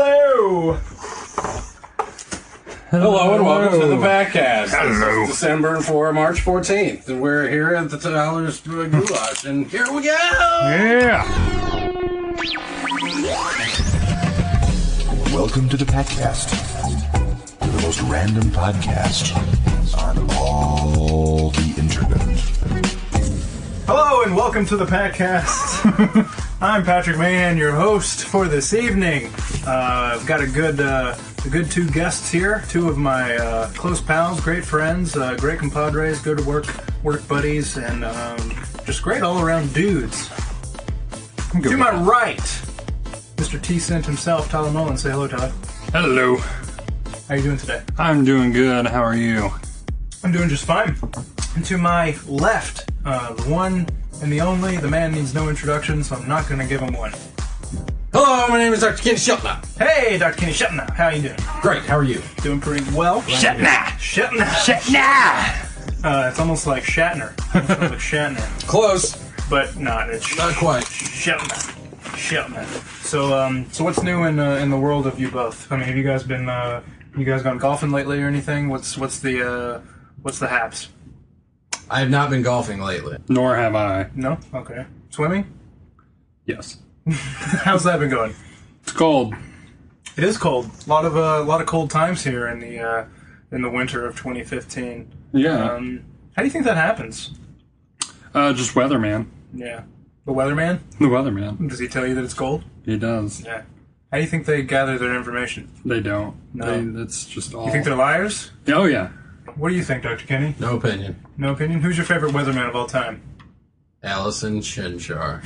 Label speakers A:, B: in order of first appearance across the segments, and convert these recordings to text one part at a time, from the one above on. A: Hello.
B: Hello and welcome to the podcast.
A: Hello.
B: This is December 4, March 14th. And we're here at the Tyler's uh, Goulash, and here we go!
A: Yeah.
C: Welcome to the Packcast, the most random podcast on all the internet.
A: Hello and welcome to the Patcast. I'm Patrick Mahan, your host for this evening. Uh, I've got a good, uh, a good two guests here. Two of my uh, close pals, great friends, uh, great compadres, good work, work buddies, and um, just great all-around dudes. to my right, Mr. T Cent himself, Tyler Mullen. Say hello, Tyler.
D: Hello.
A: How you doing today?
D: I'm doing good. How are you?
A: I'm doing just fine. And to my left, uh, the one and the only, the man needs no introduction, so I'm not going to give him one.
B: Hello, my name is Dr. Ken Shelton.
A: Hey, Dr. Kenny Shetna, how you doing?
B: Great, how are you?
A: Doing pretty well.
D: Shatna!
A: Shetna.
D: Shatna!
A: Uh, it's almost like Shatner. Almost like Shatner,
B: Close,
A: but not. It's
B: not quite.
A: Shetna. Shetna. So, um, so what's new in uh, in the world of you both? I mean, have you guys been uh, you guys gone golfing lately or anything? What's what's the uh, what's the haps?
B: I have not been golfing lately.
D: Nor have I.
A: No. Okay. Swimming?
D: Yes.
A: How's that been going?
D: It's cold.
A: It is cold. A lot of uh, a lot of cold times here in the uh, in the winter of 2015.
D: Yeah.
A: Um, how do you think that happens?
D: uh, just weatherman.
A: Yeah, the weatherman.
D: The weatherman.
A: Does he tell you that it's cold?
D: He does.
A: Yeah. How do you think they gather their information?
D: They don't.
A: No.
D: They, it's just all.
A: You think they're liars?
D: oh, yeah.
A: What do you think, Dr. Kenny?
E: No opinion.
A: No opinion. Who's your favorite weatherman of all time?
E: Allison Shinchar.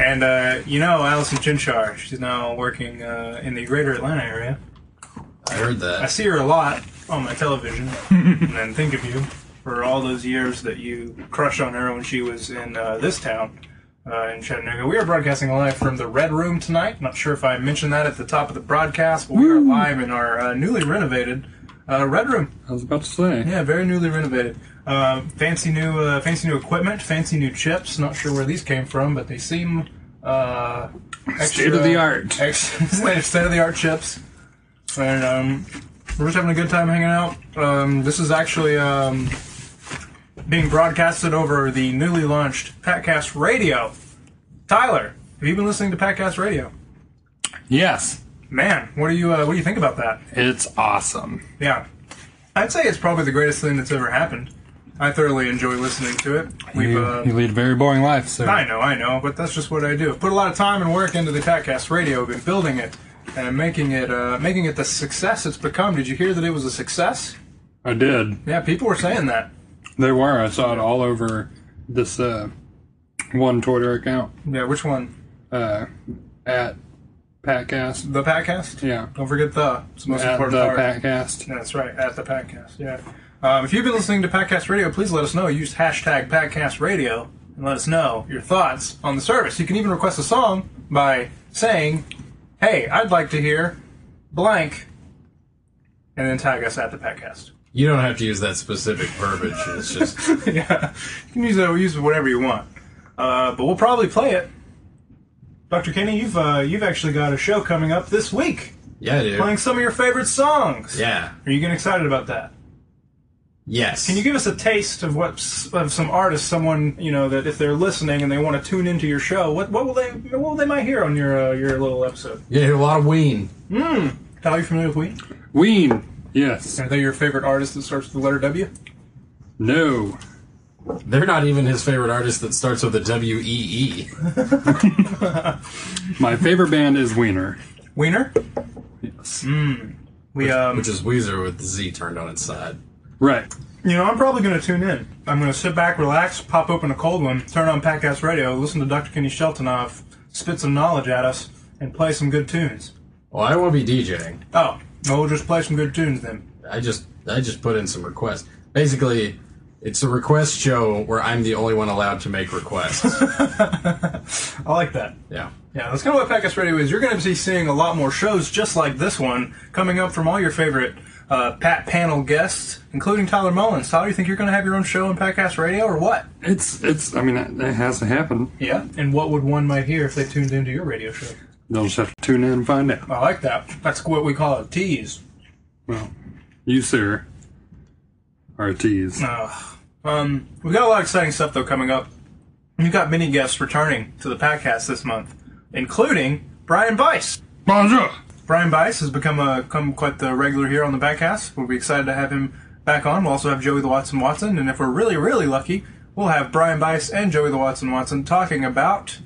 A: And uh, you know, Allison Chinchar. She's now working uh, in the Greater Atlanta area.
E: I heard
A: I
E: that.
A: see her a lot on my television, and then think of you for all those years that you crushed on her when she was in uh, this town uh, in Chattanooga. We are broadcasting live from the Red Room tonight. Not sure if I mentioned that at the top of the broadcast, but we are live in our uh, newly renovated uh, Red Room.
D: I was about to say.
A: Yeah, very newly renovated. Uh, fancy new, uh, fancy new equipment, fancy new chips. Not sure where these came from, but they seem uh, extra,
D: State of the art.
A: state of the art chips. And um, we're just having a good time hanging out. Um, this is actually um, being broadcasted over the newly launched Patcast Radio. Tyler, have you been listening to Patcast Radio?
D: Yes.
A: Man, what do you uh, what do you think about that?
D: It's awesome.
A: Yeah. I'd say it's probably the greatest thing that's ever happened. I thoroughly enjoy listening to it. We've,
D: You,
A: uh,
D: you lead a very boring life, sir.
A: I know, I know, but that's just what I do. Put a lot of time and work into the Tatcast Radio, been building it and making it, uh, making it the success it's become. Did you hear that it was a success?
D: I did.
A: Yeah, people were saying that.
D: They were. I saw it all over this uh, one Twitter account
A: Yeah, which one?
D: uh, at Patcast.
A: The Patcast?
D: Yeah.
A: Don't forget the. It's the most
D: At
A: important
D: the
A: part.
D: Patcast.
A: That's right, at the Patcast, yeah. Um, if you've been listening to Patcast Radio, please let us know. Use hashtag Patcast Radio and let us know your thoughts on the service. You can even request a song by saying, hey, I'd like to hear blank, and then tag us at the Patcast.
E: You don't have to use that specific verbiage. It's just
A: yeah, you can use it, use it whatever you want. Uh, but we'll probably play it. Dr. Kenny, you've, uh, you've actually got a show coming up this week
E: yeah,
A: playing
E: dude.
A: some of your favorite songs.
E: Yeah.
A: Are you getting excited about that?
E: Yes.
A: Can you give us a taste of what of some artists, someone you know that if they're listening and they want to tune into your show, what what will they what will they might hear on your uh, your little episode?
E: yeah, a lot of Ween.
A: How are you familiar with Ween?
D: Ween. Yes.
A: Are they your favorite artist that starts with the letter W?
D: No.
E: They're not even his favorite artist that starts with a W E E.
D: My favorite band is Wiener.
A: Wiener.
D: Yes.
A: Mm. We um,
E: Which is Weezer with the Z turned on its side.
D: Right.
A: you know, I'm probably going to tune in. I'm going to sit back, relax, pop open a cold one, turn on Packcast Radio, listen to Dr. Kenny Sheltonov spit some knowledge at us, and play some good tunes.
E: Well, I won't be DJing.
A: Oh, well, we'll just play some good tunes then.
E: I just I just put in some requests. Basically, it's a request show where I'm the only one allowed to make requests.
A: I like that.
E: yeah.
A: Yeah, that's kind of what Packcast Radio is. You're going to be seeing a lot more shows just like this one coming up from all your favorite uh, Pat panel guests, including Tyler Mullins. Tyler, you think you're going to have your own show on Packcast Radio or what?
D: It's it's. I mean, it, it has to happen.
A: Yeah. And what would one might hear if they tuned into your radio show?
D: They'll just have to tune in and find out.
A: I like that. That's what we call a tease.
D: Well, you, sir, are a tease.
A: Ugh. um, we got a lot of exciting stuff though coming up. We've got many guests returning to the podcast this month, including Brian Weiss.
D: Bonjour!
A: Brian Bice has become a come quite the regular here on the Backcast. We'll be excited to have him back on. We'll also have Joey the Watson Watson, and if we're really really lucky, we'll have Brian Bice and Joey the Watson Watson talking about.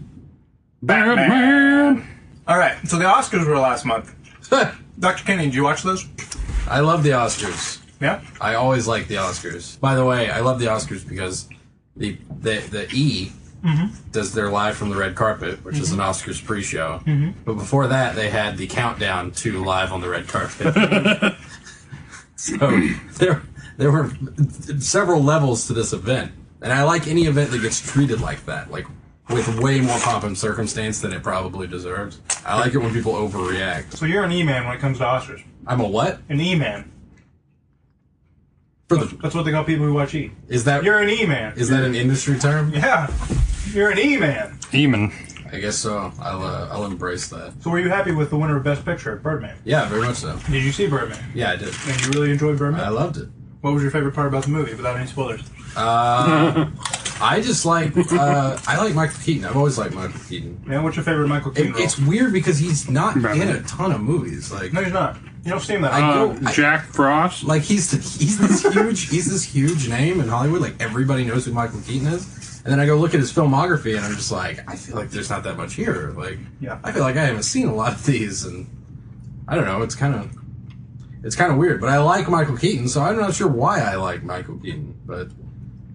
D: Batman!
A: All right, so the Oscars were last month. Dr. Kenny, did you watch those?
E: I love the Oscars.
A: Yeah.
E: I always like the Oscars. By the way, I love the Oscars because the the the E does their live from the red carpet, which is an Oscars pre-show. But before that, they had the countdown to live on the red carpet. so there there were several levels to this event, and I like any event that gets treated like that, like with way more pomp and circumstance than it probably deserves. I like it when people overreact.
A: So you're an E-man when it comes to Oscars.
E: I'm a what?
A: An E-man.
E: For the
A: That's what they call people who watch E.
E: is that
A: You're an E-man.
E: is that an industry term?
A: Yeah. You're an E-man.
D: Eamon.
E: I guess so. I'll uh, I'll embrace that.
A: So were you happy with the winner of Best Picture, Birdman?
E: Yeah, very much so.
A: Did you see Birdman?
E: Yeah, I did.
A: And you really enjoyed Birdman?
E: I loved it.
A: what was your favorite part about the movie, without any spoilers?
E: I just like uh, I like Michael Keaton. I've always liked Michael Keaton.
A: Man, what's your favorite Michael Keaton
E: It,
A: role?
E: it's weird because he's not
D: Right.
E: in a ton of movies. Like
A: No, he's not. You don't see him that
E: I
A: often.
E: know.
D: Uh, Jack Frost.
E: like he's the, he's this huge he's this huge name in Hollywood. Like everybody knows who Michael Keaton is. And then I go look at his filmography and I'm just like, I feel like there's not that much here. Like
A: Yeah.
E: I feel like I haven't seen a lot of these, and I don't know. It's kind of it's kind of weird. But I like Michael Keaton, so I'm not sure why I like Michael Keaton, but.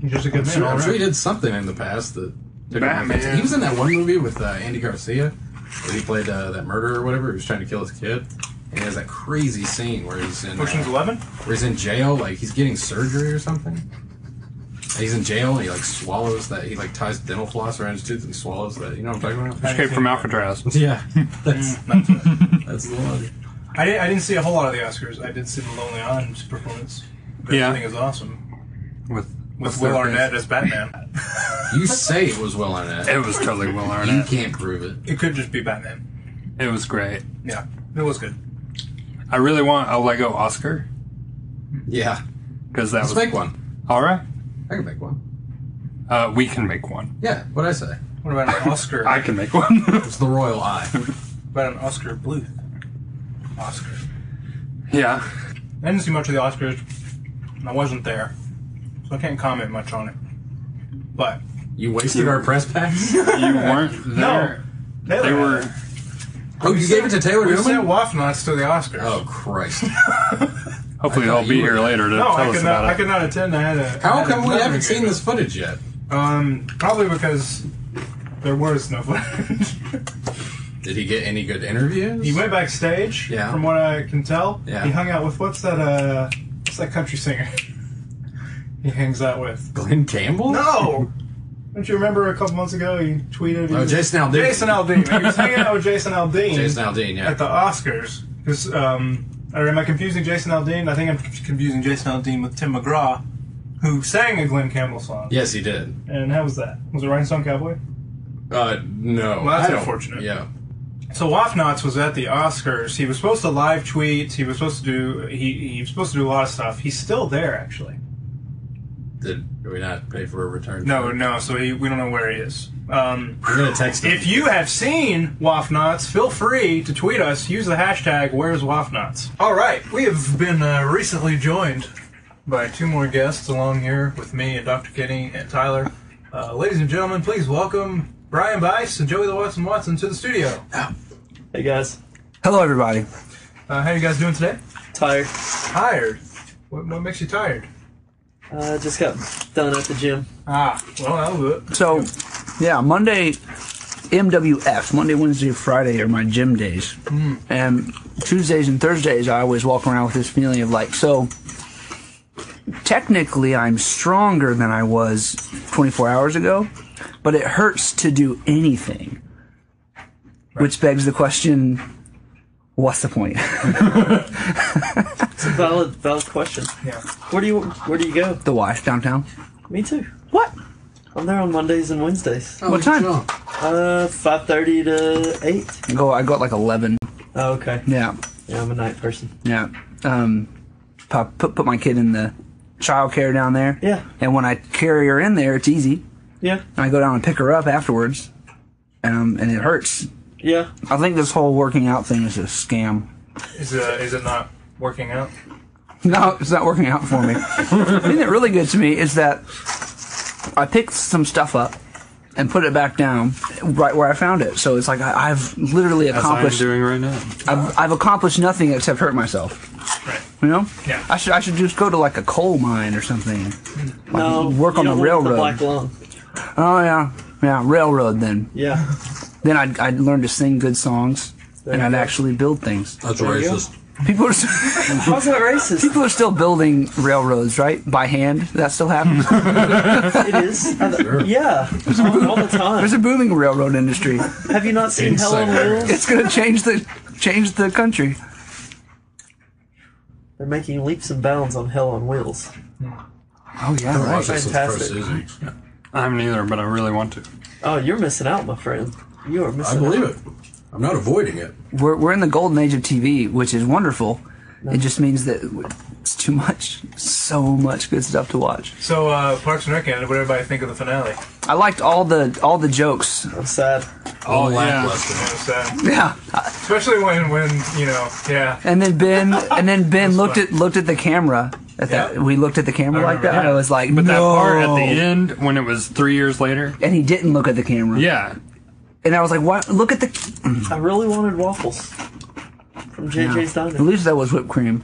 A: He's just a good
E: I'm
A: man.
E: sure,
A: all
E: I'm sure he
A: right.
E: did something in the past that. took
D: Batman.
E: him off. He was in that one movie with uh, Andy Garcia, where he played uh, that murderer or whatever. He was trying to kill his kid, and he has that crazy scene where he's in uh,
A: Ocean's
E: where
A: Eleven.
E: he's in jail, like he's getting surgery or something. And he's in jail and he like swallows that. He like ties dental floss around his tooth and swallows that. You know what I'm talking about?
D: Escape from Alcatraz.
E: Yeah,
D: Mm,
E: that's that's the one.
A: I, did, I didn't see a whole lot of the Oscars. I did see the Lonely Island's performance. But
D: Yeah.
A: I think it's awesome
D: With,
A: with
D: with
A: Will
D: their
A: Arnett as Batman.
E: You say it was Will Arnett.
D: face. It was totally Will
E: You
D: Arnett.
E: can't prove it.
A: It could just be Batman.
D: It was great.
A: Yeah, it was good.
D: I really want a Lego Oscar
E: Yeah,
D: because that
E: let's
D: was
E: make one.
D: all right.
E: I can make one.
D: Uh, we can make one.
E: Yeah, what I say?
A: What about an Oscar?
D: I can make one.
E: It's the royal eye.
A: What about an Oscar Bluth? Oscar.
D: yeah,
A: I didn't see much of the Oscars. and I wasn't there, so I can't comment much on it. But
E: You wasted our press pass.
D: you weren't there. They were.
E: Oh, you gave it to Taylor
A: We sent
E: Newman?
A: Waff Nuts to the Oscars.
E: Oh Christ!
D: Hopefully,
E: I thought
D: they'll be
E: you were
D: here
E: there.
D: later to
A: No, I
D: tell us
A: could not. I
D: about
A: could
D: it.
A: not attend. I had a. I
E: How
A: had
E: come we
A: another
E: haven't seen
A: engagement.
E: this footage yet?
A: Um, probably because there was no footage.
E: Did he get any good interviews?
A: he went backstage.
E: Yeah.
A: From what I can tell,
E: Yeah.
A: he hung out with what's that? Uh, what's that country singer? he hangs out with.
E: Glenn Campbell?
A: No. Don't you remember a couple months ago he tweeted? he
E: Oh,
A: was-
E: Jason Aldean.
A: Jason Aldean. He was hanging out with Jason Aldean
E: Jason Aldean. Yeah.
A: at the Oscars. Because um, or am I confusing Jason Aldean? I think I'm confusing Jason Aldean with Tim McGraw, who sang a Glenn Campbell song.
E: yes, he did.
A: And how was that? Was it Rhinestone Cowboy?
E: Uh, no.
A: Well, that's
E: I don't-
A: unfortunate.
E: Yeah.
A: So Wafnotz was at the Oscars. He was supposed to live tweet. He was supposed to do. He, he was supposed to do a lot of stuff. He's still there, actually.
E: Did we not pay for a return?
A: No,
E: trip?
A: no. So he, we don't know where he is. Um,
E: We're gonna text him.
A: if you have seen Wafnotz, feel free to tweet us. Use the hashtag Where's Wafnotz. All right, we have been uh, recently joined by two more guests along here with me and Dr. Kenny and Tyler. Uh, ladies and gentlemen, please welcome Brian Bice and Joey the Watson Watson to the studio.
F: Hey guys,
G: Hello, everybody.
A: Uh, how you guys doing today?
F: tired.
A: Tired. What, what makes you tired?
F: Uh, just got done at the gym.
A: Ah, well, that'll do it.
G: So, yeah, Monday, MWF, Monday, Wednesday, Friday are my gym days. And Tuesdays and Thursdays, I always walk around with this feeling of like, so technically I'm stronger than I was 24 hours ago, but it hurts to do anything. Which begs the question what's the point?
F: It's a valid, valid question.
A: Yeah.
F: Where do you, where do you go?
G: the wash downtown?
F: Me too.
G: What?
F: I'm there on Mondays and Wednesdays.
E: Oh,
G: what
E: look at
G: time?
E: John.
F: Uh, five thirty to eight.
G: Go. I got like eleven.
F: Oh, okay.
G: Yeah,
F: Yeah, I'm a night person.
G: yeah. Um, pop, put put my kid in the childcare down there.
F: Yeah.
G: And when I carry her in there, it's easy.
F: Yeah.
G: And I go down and pick her up afterwards, um, and it hurts.
F: Yeah.
G: I think this whole working out thing is a scam.
A: Is, uh, is it not working out?
G: No, it's not working out for me. the thing that really gets me is that I picked some stuff up and put it back down right where I found it. So it's like I, I've literally
D: As I'm
G: accomplished.
D: doing right now.
G: I've, I've accomplished nothing except hurt myself.
A: Right.
G: You know?
A: Yeah.
G: I should I should just go to like a coal mine or something. Like
F: No.
G: work
F: you
G: on the
F: don't want
G: railroad.
F: black lung.
G: oh yeah, yeah railroad. Then
F: Yeah.
G: then I'd I'd learn to sing good songs and
F: you
G: I'd
F: go.
G: actually build things.
E: That's
F: you go.
E: racist.
G: People are. s-
F: How's that racist?
G: People are still building railroads, right? By hand. That still happens.
F: it is. I th- Yeah. All, all the time.
G: There's a booming railroad industry.
F: Have you not seen Hell on
E: Insider.
F: Wheels?
G: It's gonna change the change the country.
F: They're making leaps and bounds on Hell on Wheels.
G: Oh yeah,
E: Watch this since the first
F: Fantastic.
E: season.
D: I haven't either, but I really want to.
F: Oh, you're missing out, my friend. You are
E: I
F: missing.
E: believe
F: out.
E: it. I'm not avoiding it.
G: We're we're in the golden age of TV, which is wonderful. It just means that it's too much, so much good stuff to watch.
A: So, uh, Parks and Rec ended. What did everybody think of the finale?
G: I liked all the all the jokes.
F: I'm sad.
E: All
D: yeah.
E: lackluster.
A: It was, uh,
G: Yeah,
A: especially when, when you know, yeah.
G: and then Ben and then Ben looked at looked at the camera. At that
E: Yeah.
G: we looked at the camera like that. I was like,
D: But
G: no.
D: that part at the end, when it was three years later,
G: And he didn't look at the camera.
D: yeah,
G: And I was like, what? Look at the.
F: I really wanted waffles from JJ's
G: At
F: Diner.
G: least that was whipped cream.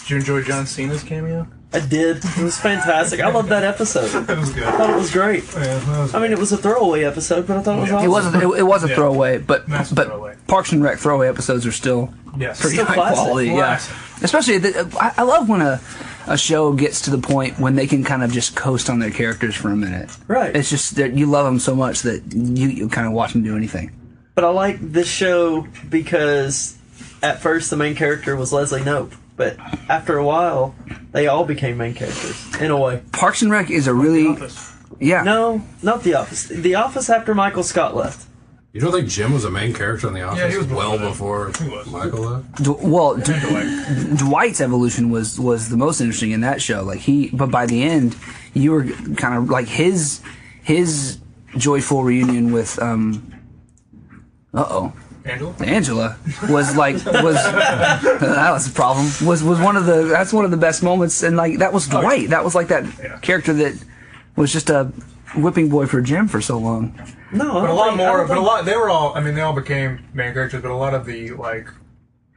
A: Did you enjoy John Cena's cameo?
F: I did. It was fantastic. I loved that episode.
A: That was good.
F: I thought it was great.
A: Yeah, that was
F: I mean, it was a throwaway episode, but I thought it was
A: Yeah.
F: awesome.
G: It wasn't. It, it was a
A: Yeah.
G: throwaway, but
A: Massive
G: but
A: throwaway.
G: Parks and Rec throwaway episodes are still
A: yes.
G: pretty
F: Still
G: high
F: classic.
G: quality. Yeah,
A: Classic.
G: especially the, I, I love when a a show gets to the point when they can kind of just coast on their characters for a minute.
F: Right.
G: It's just that you love them so much that you, you kind of watch them do anything.
F: But I like this show because at first the main character was Leslie Nope, but after a while they all became main characters in a way.
G: Parks and Rec is a really yeah.
F: No, not The Office. The Office after Michael Scott left.
E: You don't think Jim was a main character in The Office?
A: he was
E: well
A: before
E: before
A: He was.
E: Michael left.
G: D- well, D- Dwight's evolution was was the most interesting in that show. Like he, but by the end, you were kind of like his his joyful reunion with um. Uh oh.
A: Angela?
G: Angela was like was that was a problem. Was was one of the that's one of the best moments and like that was Dwight. That was like that character that was just a whipping boy for Jim for so long.
F: No, I
A: But a
F: don't
A: lot
F: think- I
A: more,
F: don't
A: but a
F: think-
A: lot, they were all, I mean, they all became main characters, but a lot of the, like,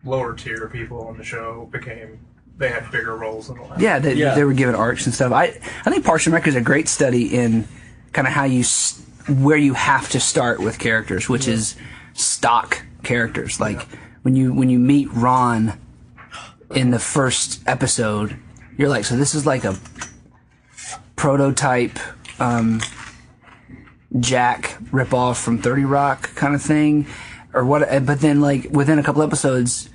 A: lower tier people on the show became, they had bigger roles in the last.
G: Yeah, they,
F: Yeah.
G: they were given arcs and stuff. I I think Parks and Rec is a great study in kind of how you s- where you have to start with characters, which is stock characters. Like when you when you meet Ron in the first episode, you're like, so this is like a prototype um, Jack ripoff from Thirty Rock kind of thing, or what? eh, But then like within a couple episodes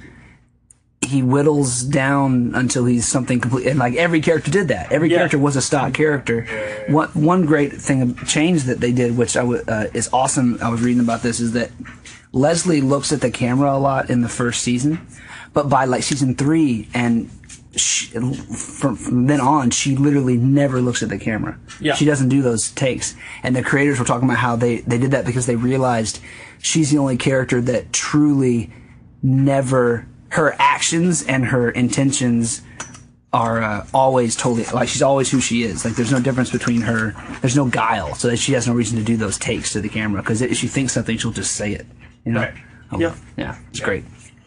G: he whittles down until he's something complete. And like every character did that. Every
F: Yeah.
G: character was a stock character. One one great thing of change that they did, which I w- uh, is awesome. I was reading about this is that Leslie looks at the camera a lot in the first season, but by like season three and. She, from, from then on, she literally never looks at the camera.
F: Yeah.
G: She doesn't do those takes. And the creators were talking about how they, they did that because they realized she's the only character that truly never her actions and her intentions are uh, always totally like she's always who she is. Like there's no difference between her. There's no guile, so that she has no reason to do those takes to the camera because if she thinks something, she'll just say it. You know?
A: Right.
G: Oh,
F: Yeah.
G: yeah, it's great.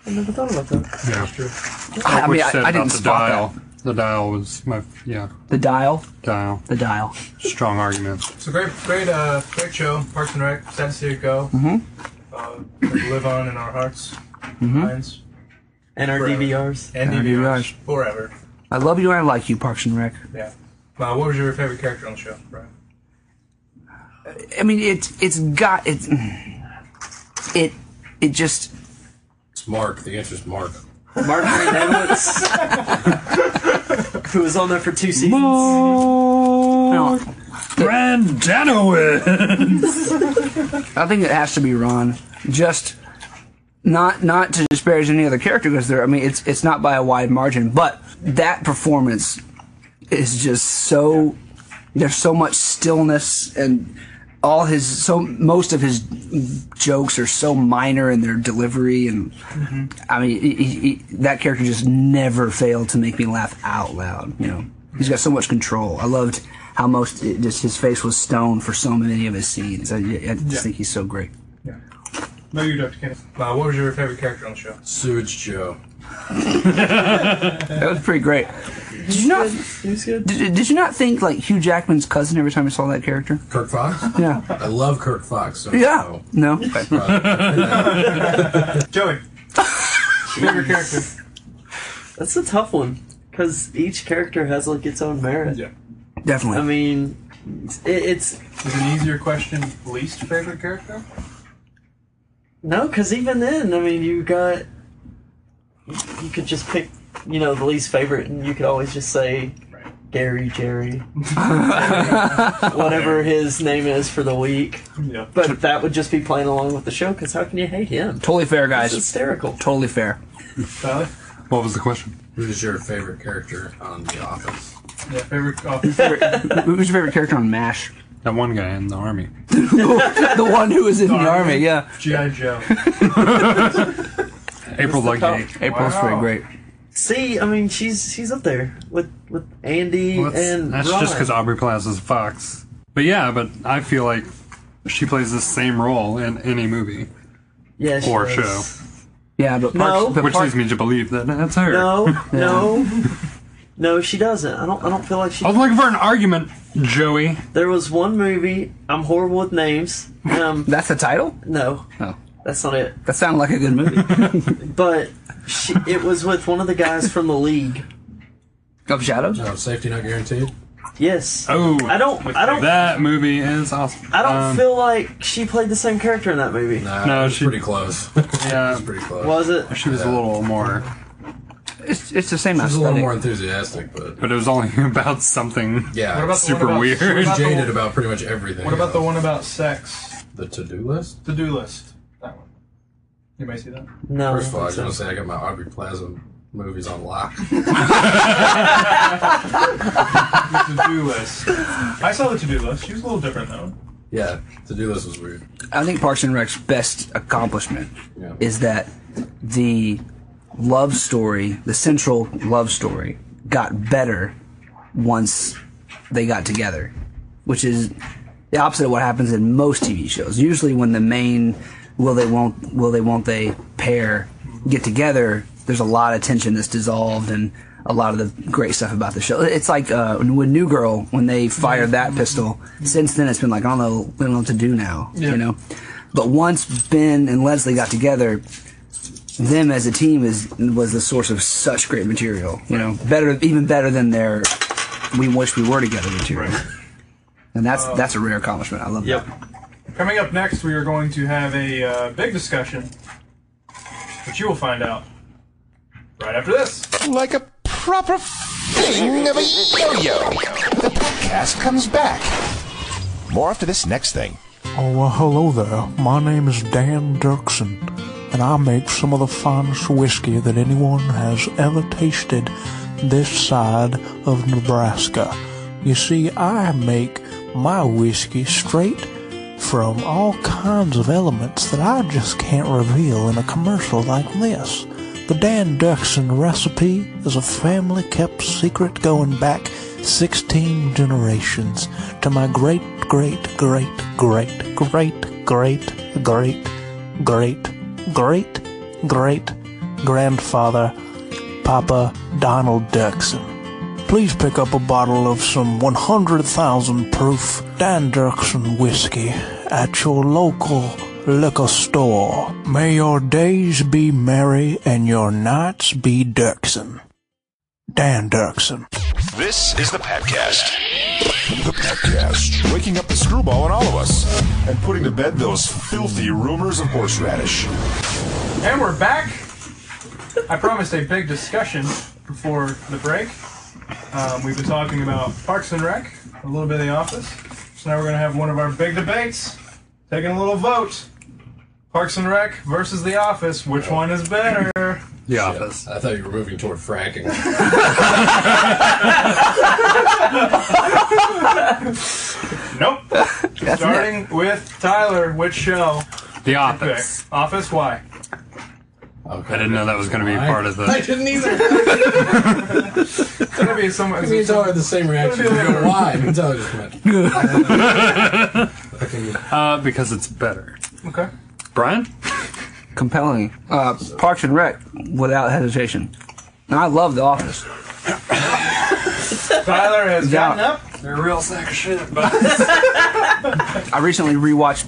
F: I never thought about that.
G: I, I
D: which
G: mean, I,
D: said
G: I
D: about
G: didn't
D: the
G: spot
D: dial.
G: that.
D: The dial was my yeah
G: The dial,
D: dial.
G: the dial.
D: Strong argument.
A: It's a great, great, uh, great show. Parks and Rec. Sad to see it go. Mm-hmm. Uh, it'll live on in our hearts, minds,
F: And our
A: Forever.
F: DVRs.
A: Mm-hmm. and
G: And
A: DVRs
G: DVRs.
A: forever.
G: I love you and I like you, Parks and Rec.
A: Yeah. Uh, what was your favorite character on the show, Brian?
G: I mean, it's it's got it. It it just
E: It's Mark. The answer's Mark.
F: Mark Edwards, who was on there for two seasons.
G: you know,
H: Grand Danowitz.
G: I think it has to be Ron. Just not not to disparage any other character because there. I mean, it's it's not by a wide margin, but that performance is just so. There's so much stillness and all his so most of his jokes are so minor in their delivery and I mean he, he, he- that character just never failed to make me laugh out loud. You know, he's got so much control. I loved how most it just his face was stone for so many of his scenes. I, I just think he's so great.
A: No, you, Dr. Kenneth. Uh, what was your favorite character on the show?
E: Sewage Joe.
G: That was pretty great. Did you not?
F: He's good.
G: Did, did you not think like Hugh Jackman's cousin every time you saw that character?
E: Kirk Fox?
G: Yeah.
E: I love Kirk Fox. So
G: Yeah. No. Okay.
A: Joey. favorite character.
F: That's a tough one because each character has like its own merit.
A: Yeah.
G: Definitely.
F: I mean, it, it's
A: Is an easier question least favorite character?
F: no, because even then, I mean, you got you could just pick, you know, the least favorite, and you could always just say Gary, Jerry, whatever his name is for the week.
A: Yeah.
F: But that would just be playing along with the show because how can you hate him?
G: totally fair,
F: It's
G: guys.
F: hysterical.
G: Totally fair.
A: Tyler?
D: What was the question?
E: Who's your favorite character on The Office?
A: Yeah, favorite officer.
G: Who's your favorite character on Mash?
D: That one guy in the army.
G: The one who was in the army. Yeah.
A: G.I. Joe.
D: April Ludgate.
G: April's pretty great.
F: See, I mean, she's she's up there with with Andy
D: Well, that's
F: and
D: that's
F: Ron.
D: just because Aubrey Plaza's Fox. But yeah, but I feel like she plays the same role in any movie,
F: yeah, she
D: or
F: does.
D: show,
G: Yeah, but
F: No.
G: Parks, but
D: which
G: Parks-
D: leads me to believe that that's her.
F: No, no, no, she doesn't. I don't. I don't feel like she.
D: I was looking for an argument, Joey.
F: There was one movie. I'm horrible with names. Um,
G: that's the title.
F: no,
G: Oh.
F: that's not it.
G: That sounded like a good movie.
F: But she, it was with one of the guys from the league.
G: of Shadows.
E: No, Safety Not Guaranteed?
F: Yes.
D: Oh,
F: I don't. I don't.
D: That movie is awesome.
F: I don't
D: Um,
F: feel like she played the same character in that movie.
E: Nah,
D: No,
E: it was
D: she-
E: pretty close. It
D: Yeah,
E: was pretty close.
F: Was it?
D: she was a little more,
G: It's it's the same.
E: She was a little
G: aesthetic.
E: more enthusiastic, but
D: but it was only about something.
E: yeah.
A: What about
E: she
A: the
D: Super
A: one about,
D: weird.
A: What
E: was
A: about,
E: jaded
A: the,
E: about pretty much everything.
A: what about the one about sex?
E: The to-do list?
A: To do list. That one. Anybody see that?
F: No.
E: First of all, I was going to say I got my Aubrey Plaza movies on lock.
A: The to do list. I saw the to do list. She was a little different though.
E: yeah, to-do list was weird.
G: I think Parks and Rec's best accomplishment
E: Yeah.
G: is that the love story, the central love story, got better once they got together, which is the opposite of what happens in most TV shows. Usually, when the main will they won't will they won't they pair get together, there's a lot of tension that's dissolved and a lot of the great stuff about the show. It's like uh, with New Girl when they fired that pistol. Since then, it's been like I don't know, I don't know what to do now. You know, but once Ben and Leslie got together, them as a team is was the source of such great material. You know, better even better than their "We Wish We Were Together" material. And that's that's a rare accomplishment. I love
F: Yep.
G: that.
A: Coming up next, we are going to have a uh, big discussion, which you will find out right after this.
C: Like a proper thing of a yo-yo. The podcast comes back. More after this next thing.
I: Oh, well, hello there. My name is Dan Dirksen, and I make some of the finest whiskey that anyone has ever tasted this side of Nebraska. You see, I make my whiskey straight from all kinds of elements that I just can't reveal in a commercial like this. The Dan Dirksen recipe is a family kept secret going back 16 generations to my great, great, great, great, great, great, great, great, great, great grandfather, Papa Donald Dirksen please pick up a bottle of some 100,000 proof Dan Dirksen whiskey at your local liquor store. May your days be merry and your nights be Dirksen. Dan Dirksen.
C: This is the podcast. The podcast. Waking up the screwball in all of us and putting to bed those filthy rumors of horseradish.
A: And we're back. I promised a big discussion before the break. Um, we've been talking about Parks and Rec, a little bit of The Office, So now we're going to have one of our big debates, taking a little vote. Parks and Rec versus The Office. Which one is better?
D: The Office.
E: I thought you were moving toward fracking.
A: Nope. Starting with Tyler, which show?
D: The
A: Pick?
D: Office.
A: Office, why?
D: I didn't know that was going to be
E: I-
D: part of
E: I
D: the.
E: didn't either.
A: It's going to be some.
E: Me and Tyler had the same reaction. You go, Why? Me and Tyler just went.
D: Uh, because it's better.
A: Okay.
D: Brian?
G: compelling. Uh, Parks and Rec, without hesitation. And I love The Office.
A: Tyler has
G: Yeah.
A: gotten up.
D: You're a real sack of shit, but.
G: I recently rewatched,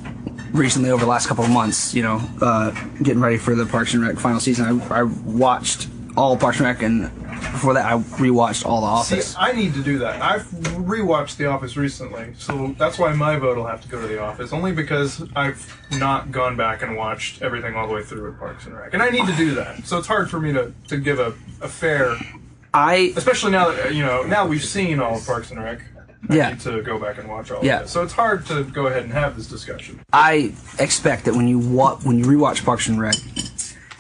G: recently over the last couple of months, you know, uh, getting ready for the Parks and Rec final season. I, I watched all Parks and Rec, and before that, I rewatched all The
A: See,
G: Office.
A: I need to do that. I've rewatched The Office recently, so that's why my vote will have to go to The Office, only because I've not gone back and watched everything all the way through at Parks and Rec. And I need to do that, so it's hard for me to, to give a, a fair,
G: I
A: especially now that, uh, you know, now we've seen all of Parks and Rec. I
G: Yeah.
A: need to go back and watch all
G: Yeah.
A: of it. So it's hard to go ahead and have this discussion.
G: I expect that when you wa- when you rewatch Parks and Rec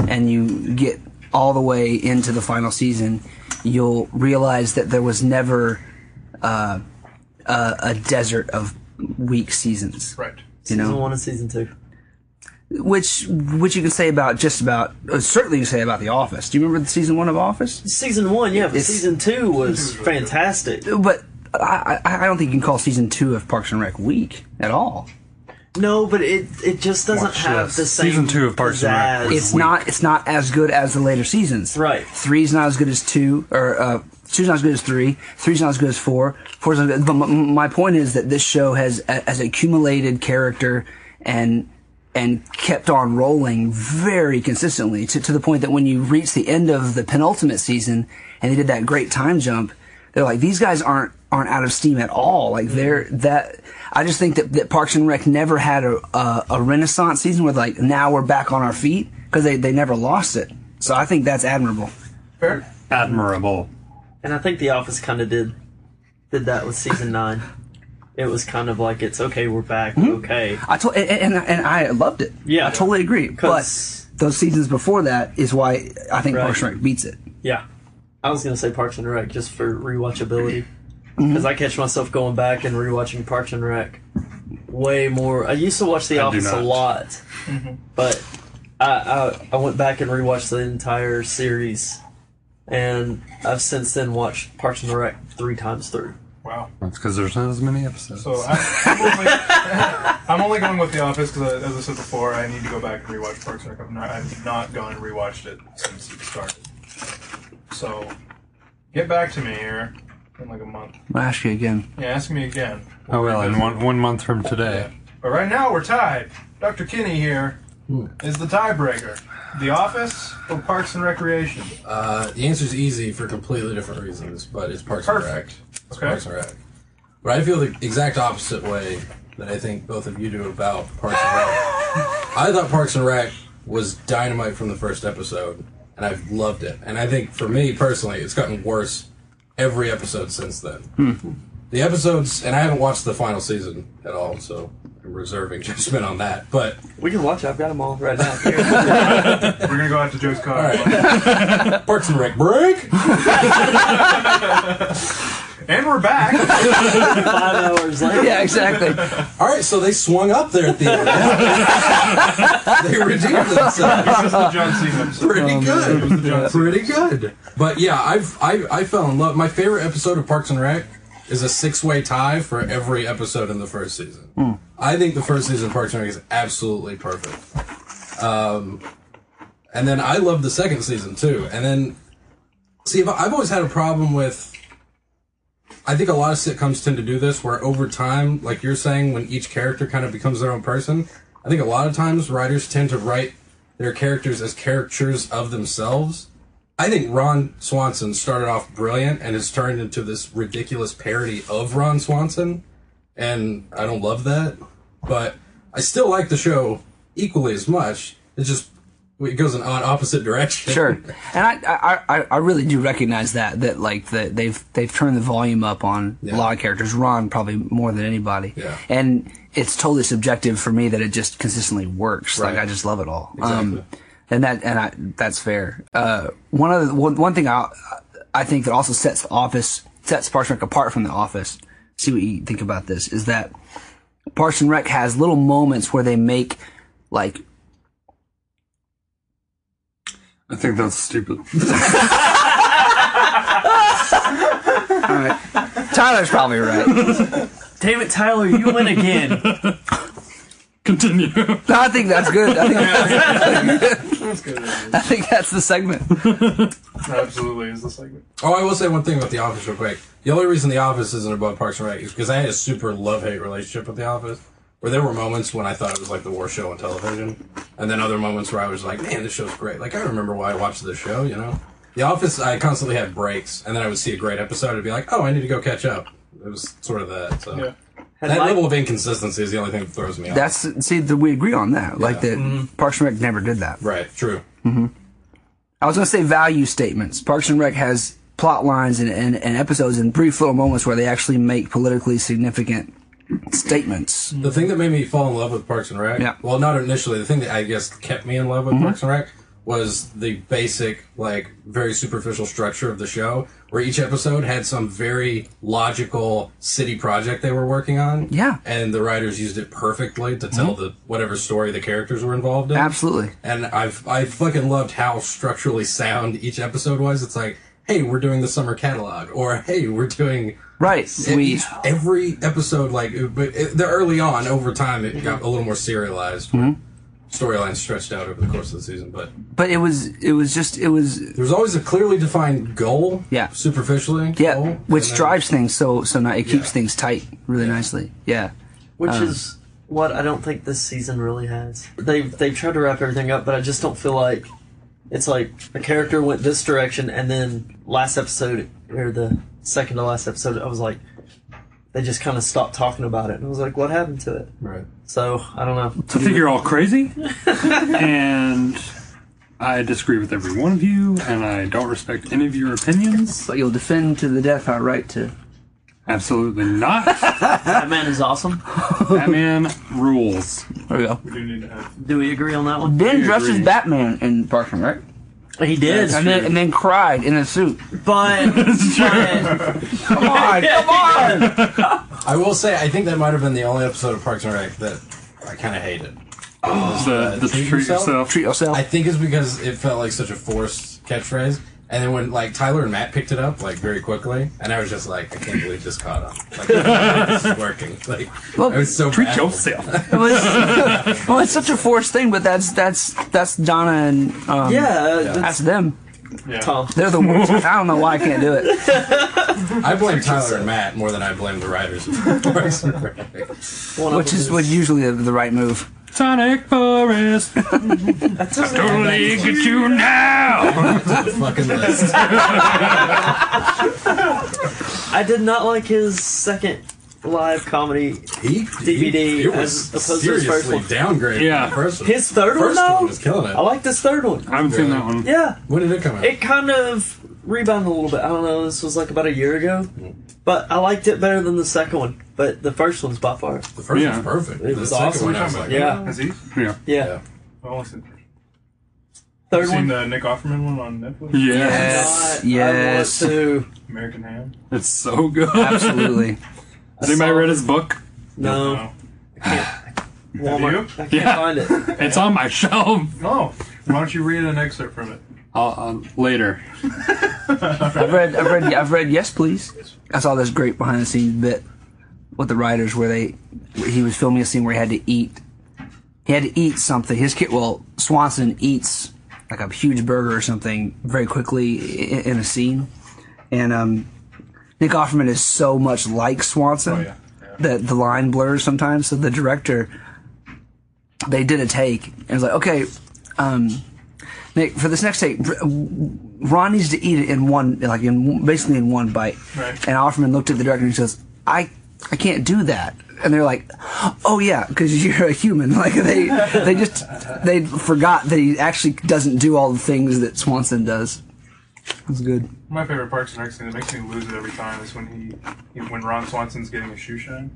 G: and you get all the way into the final season, you'll realize that there was never uh, a, a desert of weak seasons.
A: Right.
G: You
F: Season
G: know,
F: one and season two.
G: which which you can say about just about uh, certainly you can say about The Office. Do you remember the season one of Office?
F: Season one, yeah, but
G: It's-
F: season two was fantastic.
G: But I, I I don't think you can call season two of Parks and Rec weak at all.
F: No, but it it just doesn't
D: Watch
F: have
D: this.
F: the same
D: Season two of Parks and Rec
F: pizzazz.
D: was
G: it's not it's not as good as the later seasons.
F: Right.
G: Three's not as good as two, or uh, two's not as good as three. Three's not as good as four. Four's not. Good. But my, my point is that this show has has accumulated character and and kept on rolling very consistently to to the point that when you reach the end of the penultimate season and they did that great time jump, they're like these guys aren't aren't out of steam at all. Like they're that. I just think that, that Parks and Rec never had a, a a renaissance season where like now we're back on our feet because they they never lost it. So I think that's admirable.
A: Fair?
D: Admirable.
F: And I think The Office kind of did did that with season nine. It was kind of like it's okay, we're back, okay.
G: I told and, and and I loved it.
F: Yeah.
G: Hmm? I totally agree. But
F: 'Cause-
G: those seasons before that is why I think
F: Right.
G: Parks and Rec beats it.
F: Yeah, I was gonna say Parks and Rec just for rewatchability, because I catch myself going back and rewatching Parks and Rec way more. I used to watch The
D: I do
F: Office a
D: not.
F: lot, but I, I I went back and rewatched the entire series, and I've since then watched Parks and Rec three times through.
A: Wow.
D: That's because there's not as many episodes.
A: So I, I'm, only, I'm only going with The Office because, as I said before, I need to go back and rewatch Parks and Rec. I've not, I've not gone and rewatched it since it started. So, get back to me here in like a month.
G: I'll ask you again.
A: Yeah, ask me again.
D: I will, in one, one month from today.
A: But right now we're tied. Dr. Kinney here
E: Hmm.
A: is the tiebreaker. The Office or Parks and Recreation?
E: Uh, the answer's easy for completely different reasons, but it's Parks and Rec.
A: Perfect.
E: It's
A: Okay.
E: Parks and Rec. But I feel the exact opposite way that I think both of you do about Parks and Rec. I thought Parks and Rec was dynamite from the first episode, and I've loved it. And I think for me personally, it's gotten worse every episode since then. The episodes, and I haven't watched the final season at all, so I'm reserving judgment on that. But
F: We can watch. it. I've got them all right now. Here.
A: We're gonna go out to Joe's car.
E: all right, Parks and Rec break.
A: And we're back.
F: Five hours later.
G: Yeah, exactly.
E: All right, so they swung up there at the end. they redeemed
A: this
E: themselves.
A: is the John Cena Um, episode.
E: Pretty
A: It
E: good.
A: was the John Cena.
E: Pretty good. But yeah, I've I, I fell in love. My favorite episode of Parks and Rec is a six-way tie for every episode in the first season. I think the first season of Parks and Rec is absolutely perfect. Um, and then I love the second season too. And then see, I've- I've always had a problem with. I think a lot of sitcoms tend to do this, where over time, like you're saying, when each character kind of becomes their own person. I think a lot of times writers tend to write their characters as caricatures of themselves. I think Ron Swanson started off brilliant and has turned into this ridiculous parody of Ron Swanson, and I don't love that, but I still like the show equally as much. It's just Well, It goes in on opposite direction.
G: Sure, and I, I, I, I really do recognize that that like that they've they've turned the volume up on a lot of characters. Ron probably more than anybody.
E: Yeah.
G: and it's totally subjective for me that it just consistently works. Like
E: Right.
G: I just love it all. Um,
E: Exactly.
G: and that and I that's fair. Uh, one other one, one thing I I think that also sets the office sets Parks and Rec apart from the office. See what you think about this is that Parks and Rec has little moments where they make like
D: I think that's stupid.
G: Tyler's probably right.
F: Damn it, Tyler, you win again.
D: Continue.
G: No, I think that's good. I think I think that's the segment.
A: Absolutely is the segment.
E: Oh, I will say one thing about The Office real quick. The only reason The Office isn't above Parks and Rec is because I had a super love hate relationship with The Office. Where there were moments when I thought it was like the worst show on television, and then other moments where I was like, "Man, this show's great!" Like I remember why I watched this show. You know, The Office. I constantly had breaks, and then I would see a great episode and be like, "Oh, I need to go catch up." It was sort of that. So
A: Yeah.
E: that level of inconsistency is the only thing that throws me off.
G: That's see that we agree on that. Like that Parks and Rec never did that.
E: right. True.
G: I was gonna say value statements. Parks and Rec has plot lines and, and, and episodes and brief little moments where they actually make politically significant statements.
E: The thing that made me fall in love with Parks and Rec,
G: Yeah. Mm-hmm.
E: well, not initially, the thing that I guess kept me in love with Parks and Rec was the basic, like, very superficial structure of the show, where each episode had some very logical city project they were working on.
G: Yeah. Mm-hmm.
E: And the writers used it perfectly to tell the whatever story the characters were involved in.
G: Absolutely.
E: And I've I fucking loved how structurally sound each episode was. It's like, hey, we're doing the summer catalog, or hey, we're doing
G: Right.
E: and
G: We
E: each, every episode, like, it- but it, the early on, over time, it got a little more serialized. where
G: Mm-hmm.
E: Storylines stretched out over the course of the season, but
G: but it was it was just it was
E: there was always a clearly defined goal.
G: Yeah.
E: superficially.
G: yeah,
E: goal,
G: which
E: and then-
G: drives things so so nice. It keeps
E: Yeah.
G: things tight really nicely. Yeah.
F: Which
G: Um,
F: is what I don't think this season really has. They've they've tried to wrap everything up, but I just don't feel like it's like a character went this direction and then last episode or the second to last episode I was like they just kinda stopped talking about it. And I was like, what happened to it?
E: Right.
F: So I don't know.
D: I think you're all crazy, and I disagree with every one of you, and I don't respect any of your opinions.
G: But you'll defend to the death our right to
D: Absolutely not.
F: That man is awesome.
D: Batman rules.
G: There we go.
A: We do need to have.
F: Do we agree on that one?
G: Ben
D: You
G: dressed as
D: agree.
G: Batman in Parks and Rec.
F: He did.
G: and then, and then cried in a suit.
F: But, but
G: Come on, come on.
E: I will say, I think that might have been the only episode of Parks and Rec that I kind of hated.
D: The, the
E: treat
D: treat
E: yourself?
D: yourself.
G: Treat yourself.
E: I think it's because it felt like such a forced catchphrase. And then when like Tyler and Matt picked it up like very quickly, and I was just like, I can't believe this caught on. Like this is working. Like
G: Well,
E: I was so
D: Treat
E: baffled.
D: yourself.
G: It was- well, it's such a forced thing, but that's that's that's Donna and um,
F: yeah,
G: that's them.
A: Yeah.
F: Tom.
G: They're the worst. I don't know why I can't do it.
E: I blame Tyler and Matt more than I blame the writers. of Parks and Rec.
F: One of
G: Which
F: them
G: is was usually the, the right move.
D: Sonic Forest. I totally get you now.
E: Fucking list.
F: I did not like his second live comedy.
E: He,
F: DVD
E: It
F: as
E: was
F: opposed to his
E: seriously
F: first one.
E: downgraded.
D: Yeah.
E: from the first one.
F: His third
E: first
F: one though,
E: one was killing it.
F: I like this third one.
D: I haven't seen that one.
F: Yeah,
E: when did it come out?
F: it kind of rebounded a little bit. I don't know. This was like about a year ago, but I liked it better than the second one. But the first one's by far.
E: the first
D: yeah.
E: one's perfect.
F: It
E: the
F: was
E: second
F: awesome.
E: one, I was like,
F: Yeah,
A: Has he?
D: Yeah.
F: yeah.
E: Yeah.
A: I've only seen-
F: Third
A: seen
F: one.
A: the Nick Offerman one on Netflix?
D: Yes.
G: Yes,
F: God,
G: yes.
F: I want to.
A: American Hand?
D: It's so good.
G: Absolutely.
D: Has anybody read his book?
F: No,
A: No.
F: Walmart. I can't
D: Yeah.
F: find it.
D: It's on my shelf.
A: Oh, why don't you read an excerpt from it?
D: I'll, I'll, later.
G: I've read, I've read, I've read. Yes, please. I saw this great behind the scenes bit with the writers where they, he was filming a scene where he had to eat, he had to eat something. His kid, well, Swanson eats like a huge burger or something very quickly i- in a scene, and um, Nick Offerman is so much like Swanson that the line blurs sometimes. So the director, they did a take and was like, okay, um, Nick, for this next take, R- Ron needs to eat it in one, like in basically in one bite.
A: Right.
G: And Offerman looked at the director and he says, "I, I can't do that." and they're like, "Oh yeah, because you're a human." Like they they just they forgot that he actually doesn't do all the things that Swanson does. That's good.
A: My favorite Parks and Rec scene that makes me lose it every time is when he, he when Ron Swanson's getting a shoe shine.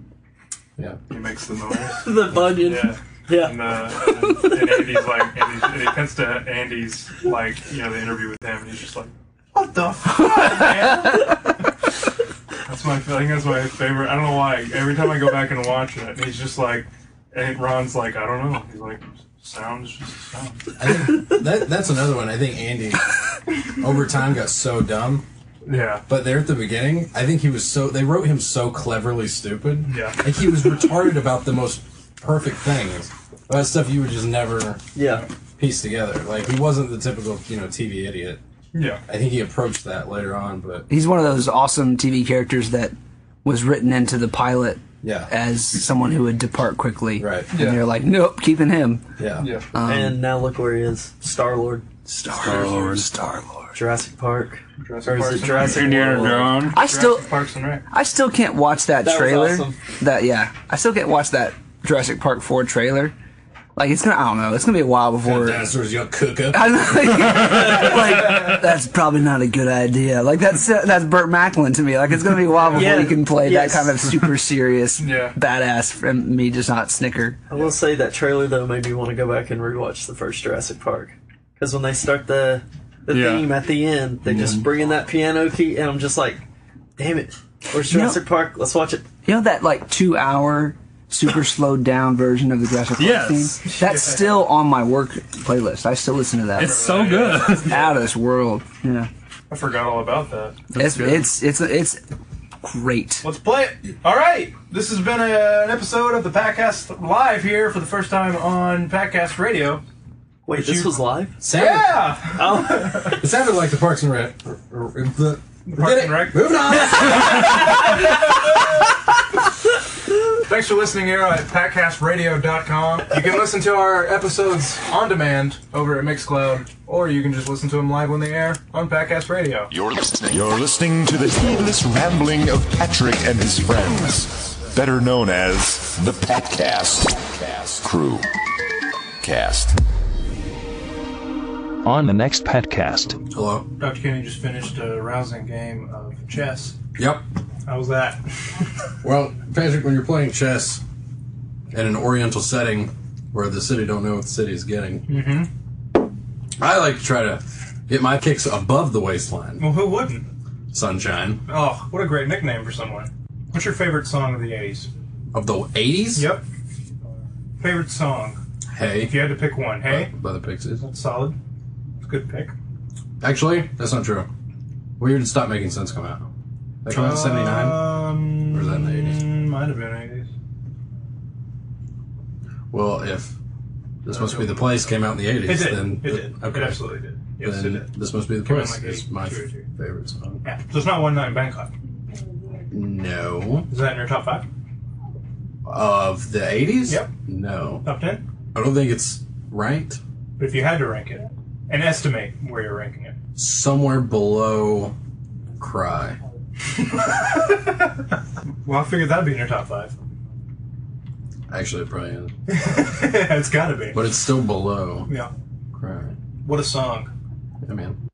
E: Yeah.
A: He makes the noise.
F: the bunion.
A: Yeah.
F: Yeah.
A: And, uh, and, and Andy's like, Andy's, and he cuts to Andy's like, you know, the interview with him, and he's just like, "What the fuck, man?" that's my, I think that's my favorite. I don't know why. Every time I go back and watch it, and he's just like, and Ron's like, I don't know. He's like, sounds just a sound.
E: I think that, that's another one. I think Andy, over time, got so dumb.
A: Yeah.
E: But there at the beginning, I think he was so. They wrote him so cleverly stupid.
A: Yeah.
E: Like he was retarded about the most perfect things. About stuff you would just never
F: Yeah.
E: piece together. Like he wasn't the typical, you know, TV idiot.
A: Yeah.
E: I think he approached that later on, but
G: He's one of those awesome TV characters that was written into the pilot
E: yeah,
G: as someone who would depart quickly.
E: Right.
G: And
A: Yeah.
G: they're like, "Nope, keeping him."
E: yeah,
A: Yeah.
G: Um,
F: and now look where he is. Star Lord,
G: Star Lord. Star Lord.
F: Jurassic Park.
A: Jurassic
F: Or is
A: Parks
F: it
A: and
F: Jurassic
D: Indiana
F: World?
D: Jones.
G: I
A: Jurassic
G: still
A: Parks and Rec.
G: I still can't watch that,
F: That was
G: trailer.
F: awesome.
G: That yeah, I still can't watch that Jurassic Park four trailer. Like it's gonna I don't know. It's gonna be a while before.
E: dinosaurs, you cook up.
G: I know, like that's probably not a good idea. Like that's that's Burt Macklin to me. Like it's gonna be a while before
F: Yeah,
G: you can play
F: yes.
G: that kind of super serious
A: Yeah.
G: badass and me just not snicker.
F: I will say that trailer though made me want to go back and rewatch the first Jurassic Park because when they start the the
D: Yeah.
F: theme at the end, they just bring in that piano key, and I'm just like, damn it, where's Jurassic Park? Let's watch it.
G: You know that like two hour super slowed down version of the Jurassic Park
D: Yes.
G: theme? That's still on my work playlist. I still listen to that.
D: It's so good.
G: out of this world. Yeah.
A: I forgot all about that.
G: It's, it's it's it's great.
A: Let's play it. All right. This has been a, an episode of the Packcast live here for the first time on Packcast Radio.
F: Wait, this
A: you-
F: was live.
E: Sounded,
A: Yeah.
E: It sounded like the Parks and Rec. or- or- or the-
A: Parks
E: Did it.
A: and Rec.
E: Moving on.
A: Thanks for listening here at PackcastRadio.com. You can listen to our episodes on demand over at Mixcloud, or you can just listen to them live when they air on Packcast Radio.
C: You're listening. You're listening to the heedless rambling of Patrick and his friends, better known as the Patcast Crew. Cast.
J: On the next Petcast.
E: Hello.
A: Dr. Kenny just finished a rousing game of chess.
E: Yep.
A: How was that?
E: Well, Patrick, when you're playing chess in an Oriental setting where the city don't know what the city is getting,
A: Mm-hmm.
E: I like to try to get my kicks above the waistline.
A: Well, who wouldn't?
E: Sunshine
A: Oh, what a great nickname for someone. What's your favorite song of the 80s?
E: of the 80s.
A: Yep. Favorite song? If
E: Hey, Uh,
A: you had to pick one, hey?
E: by the Pixies.
A: That's solid. It's a good pick.
E: Actually, that's not true. Weird. Stop making sense. Come out. That
A: Uh,
E: come out in '79.
A: Um,
E: Or is that in the 80s?
A: Might have been 80s.
E: Well, if this must be the place came out in the '80s,
A: It did.
E: then
A: it did.
E: okay.
A: It absolutely did. Yes,
E: Then
A: it did.
E: this must be the
A: Came out
E: place.
A: like
E: is
A: 80s.
E: my
A: True, true.
E: favorite song.
A: Yeah. So it's not one night in Bangkok.
E: No,
A: Is that in your top five?
E: of the '80s.
A: Yep.
E: No,
A: Top ten?
E: I don't think it's right.
A: But if you had to rank it and estimate where you're ranking it,
E: Somewhere below "Cry."
A: well, I figured that'd be in your top five.
E: Actually, it probably is,
A: it's got to be.
E: but it's still below
A: Yeah.
E: "Cry."
A: What a song.
E: Yeah, man.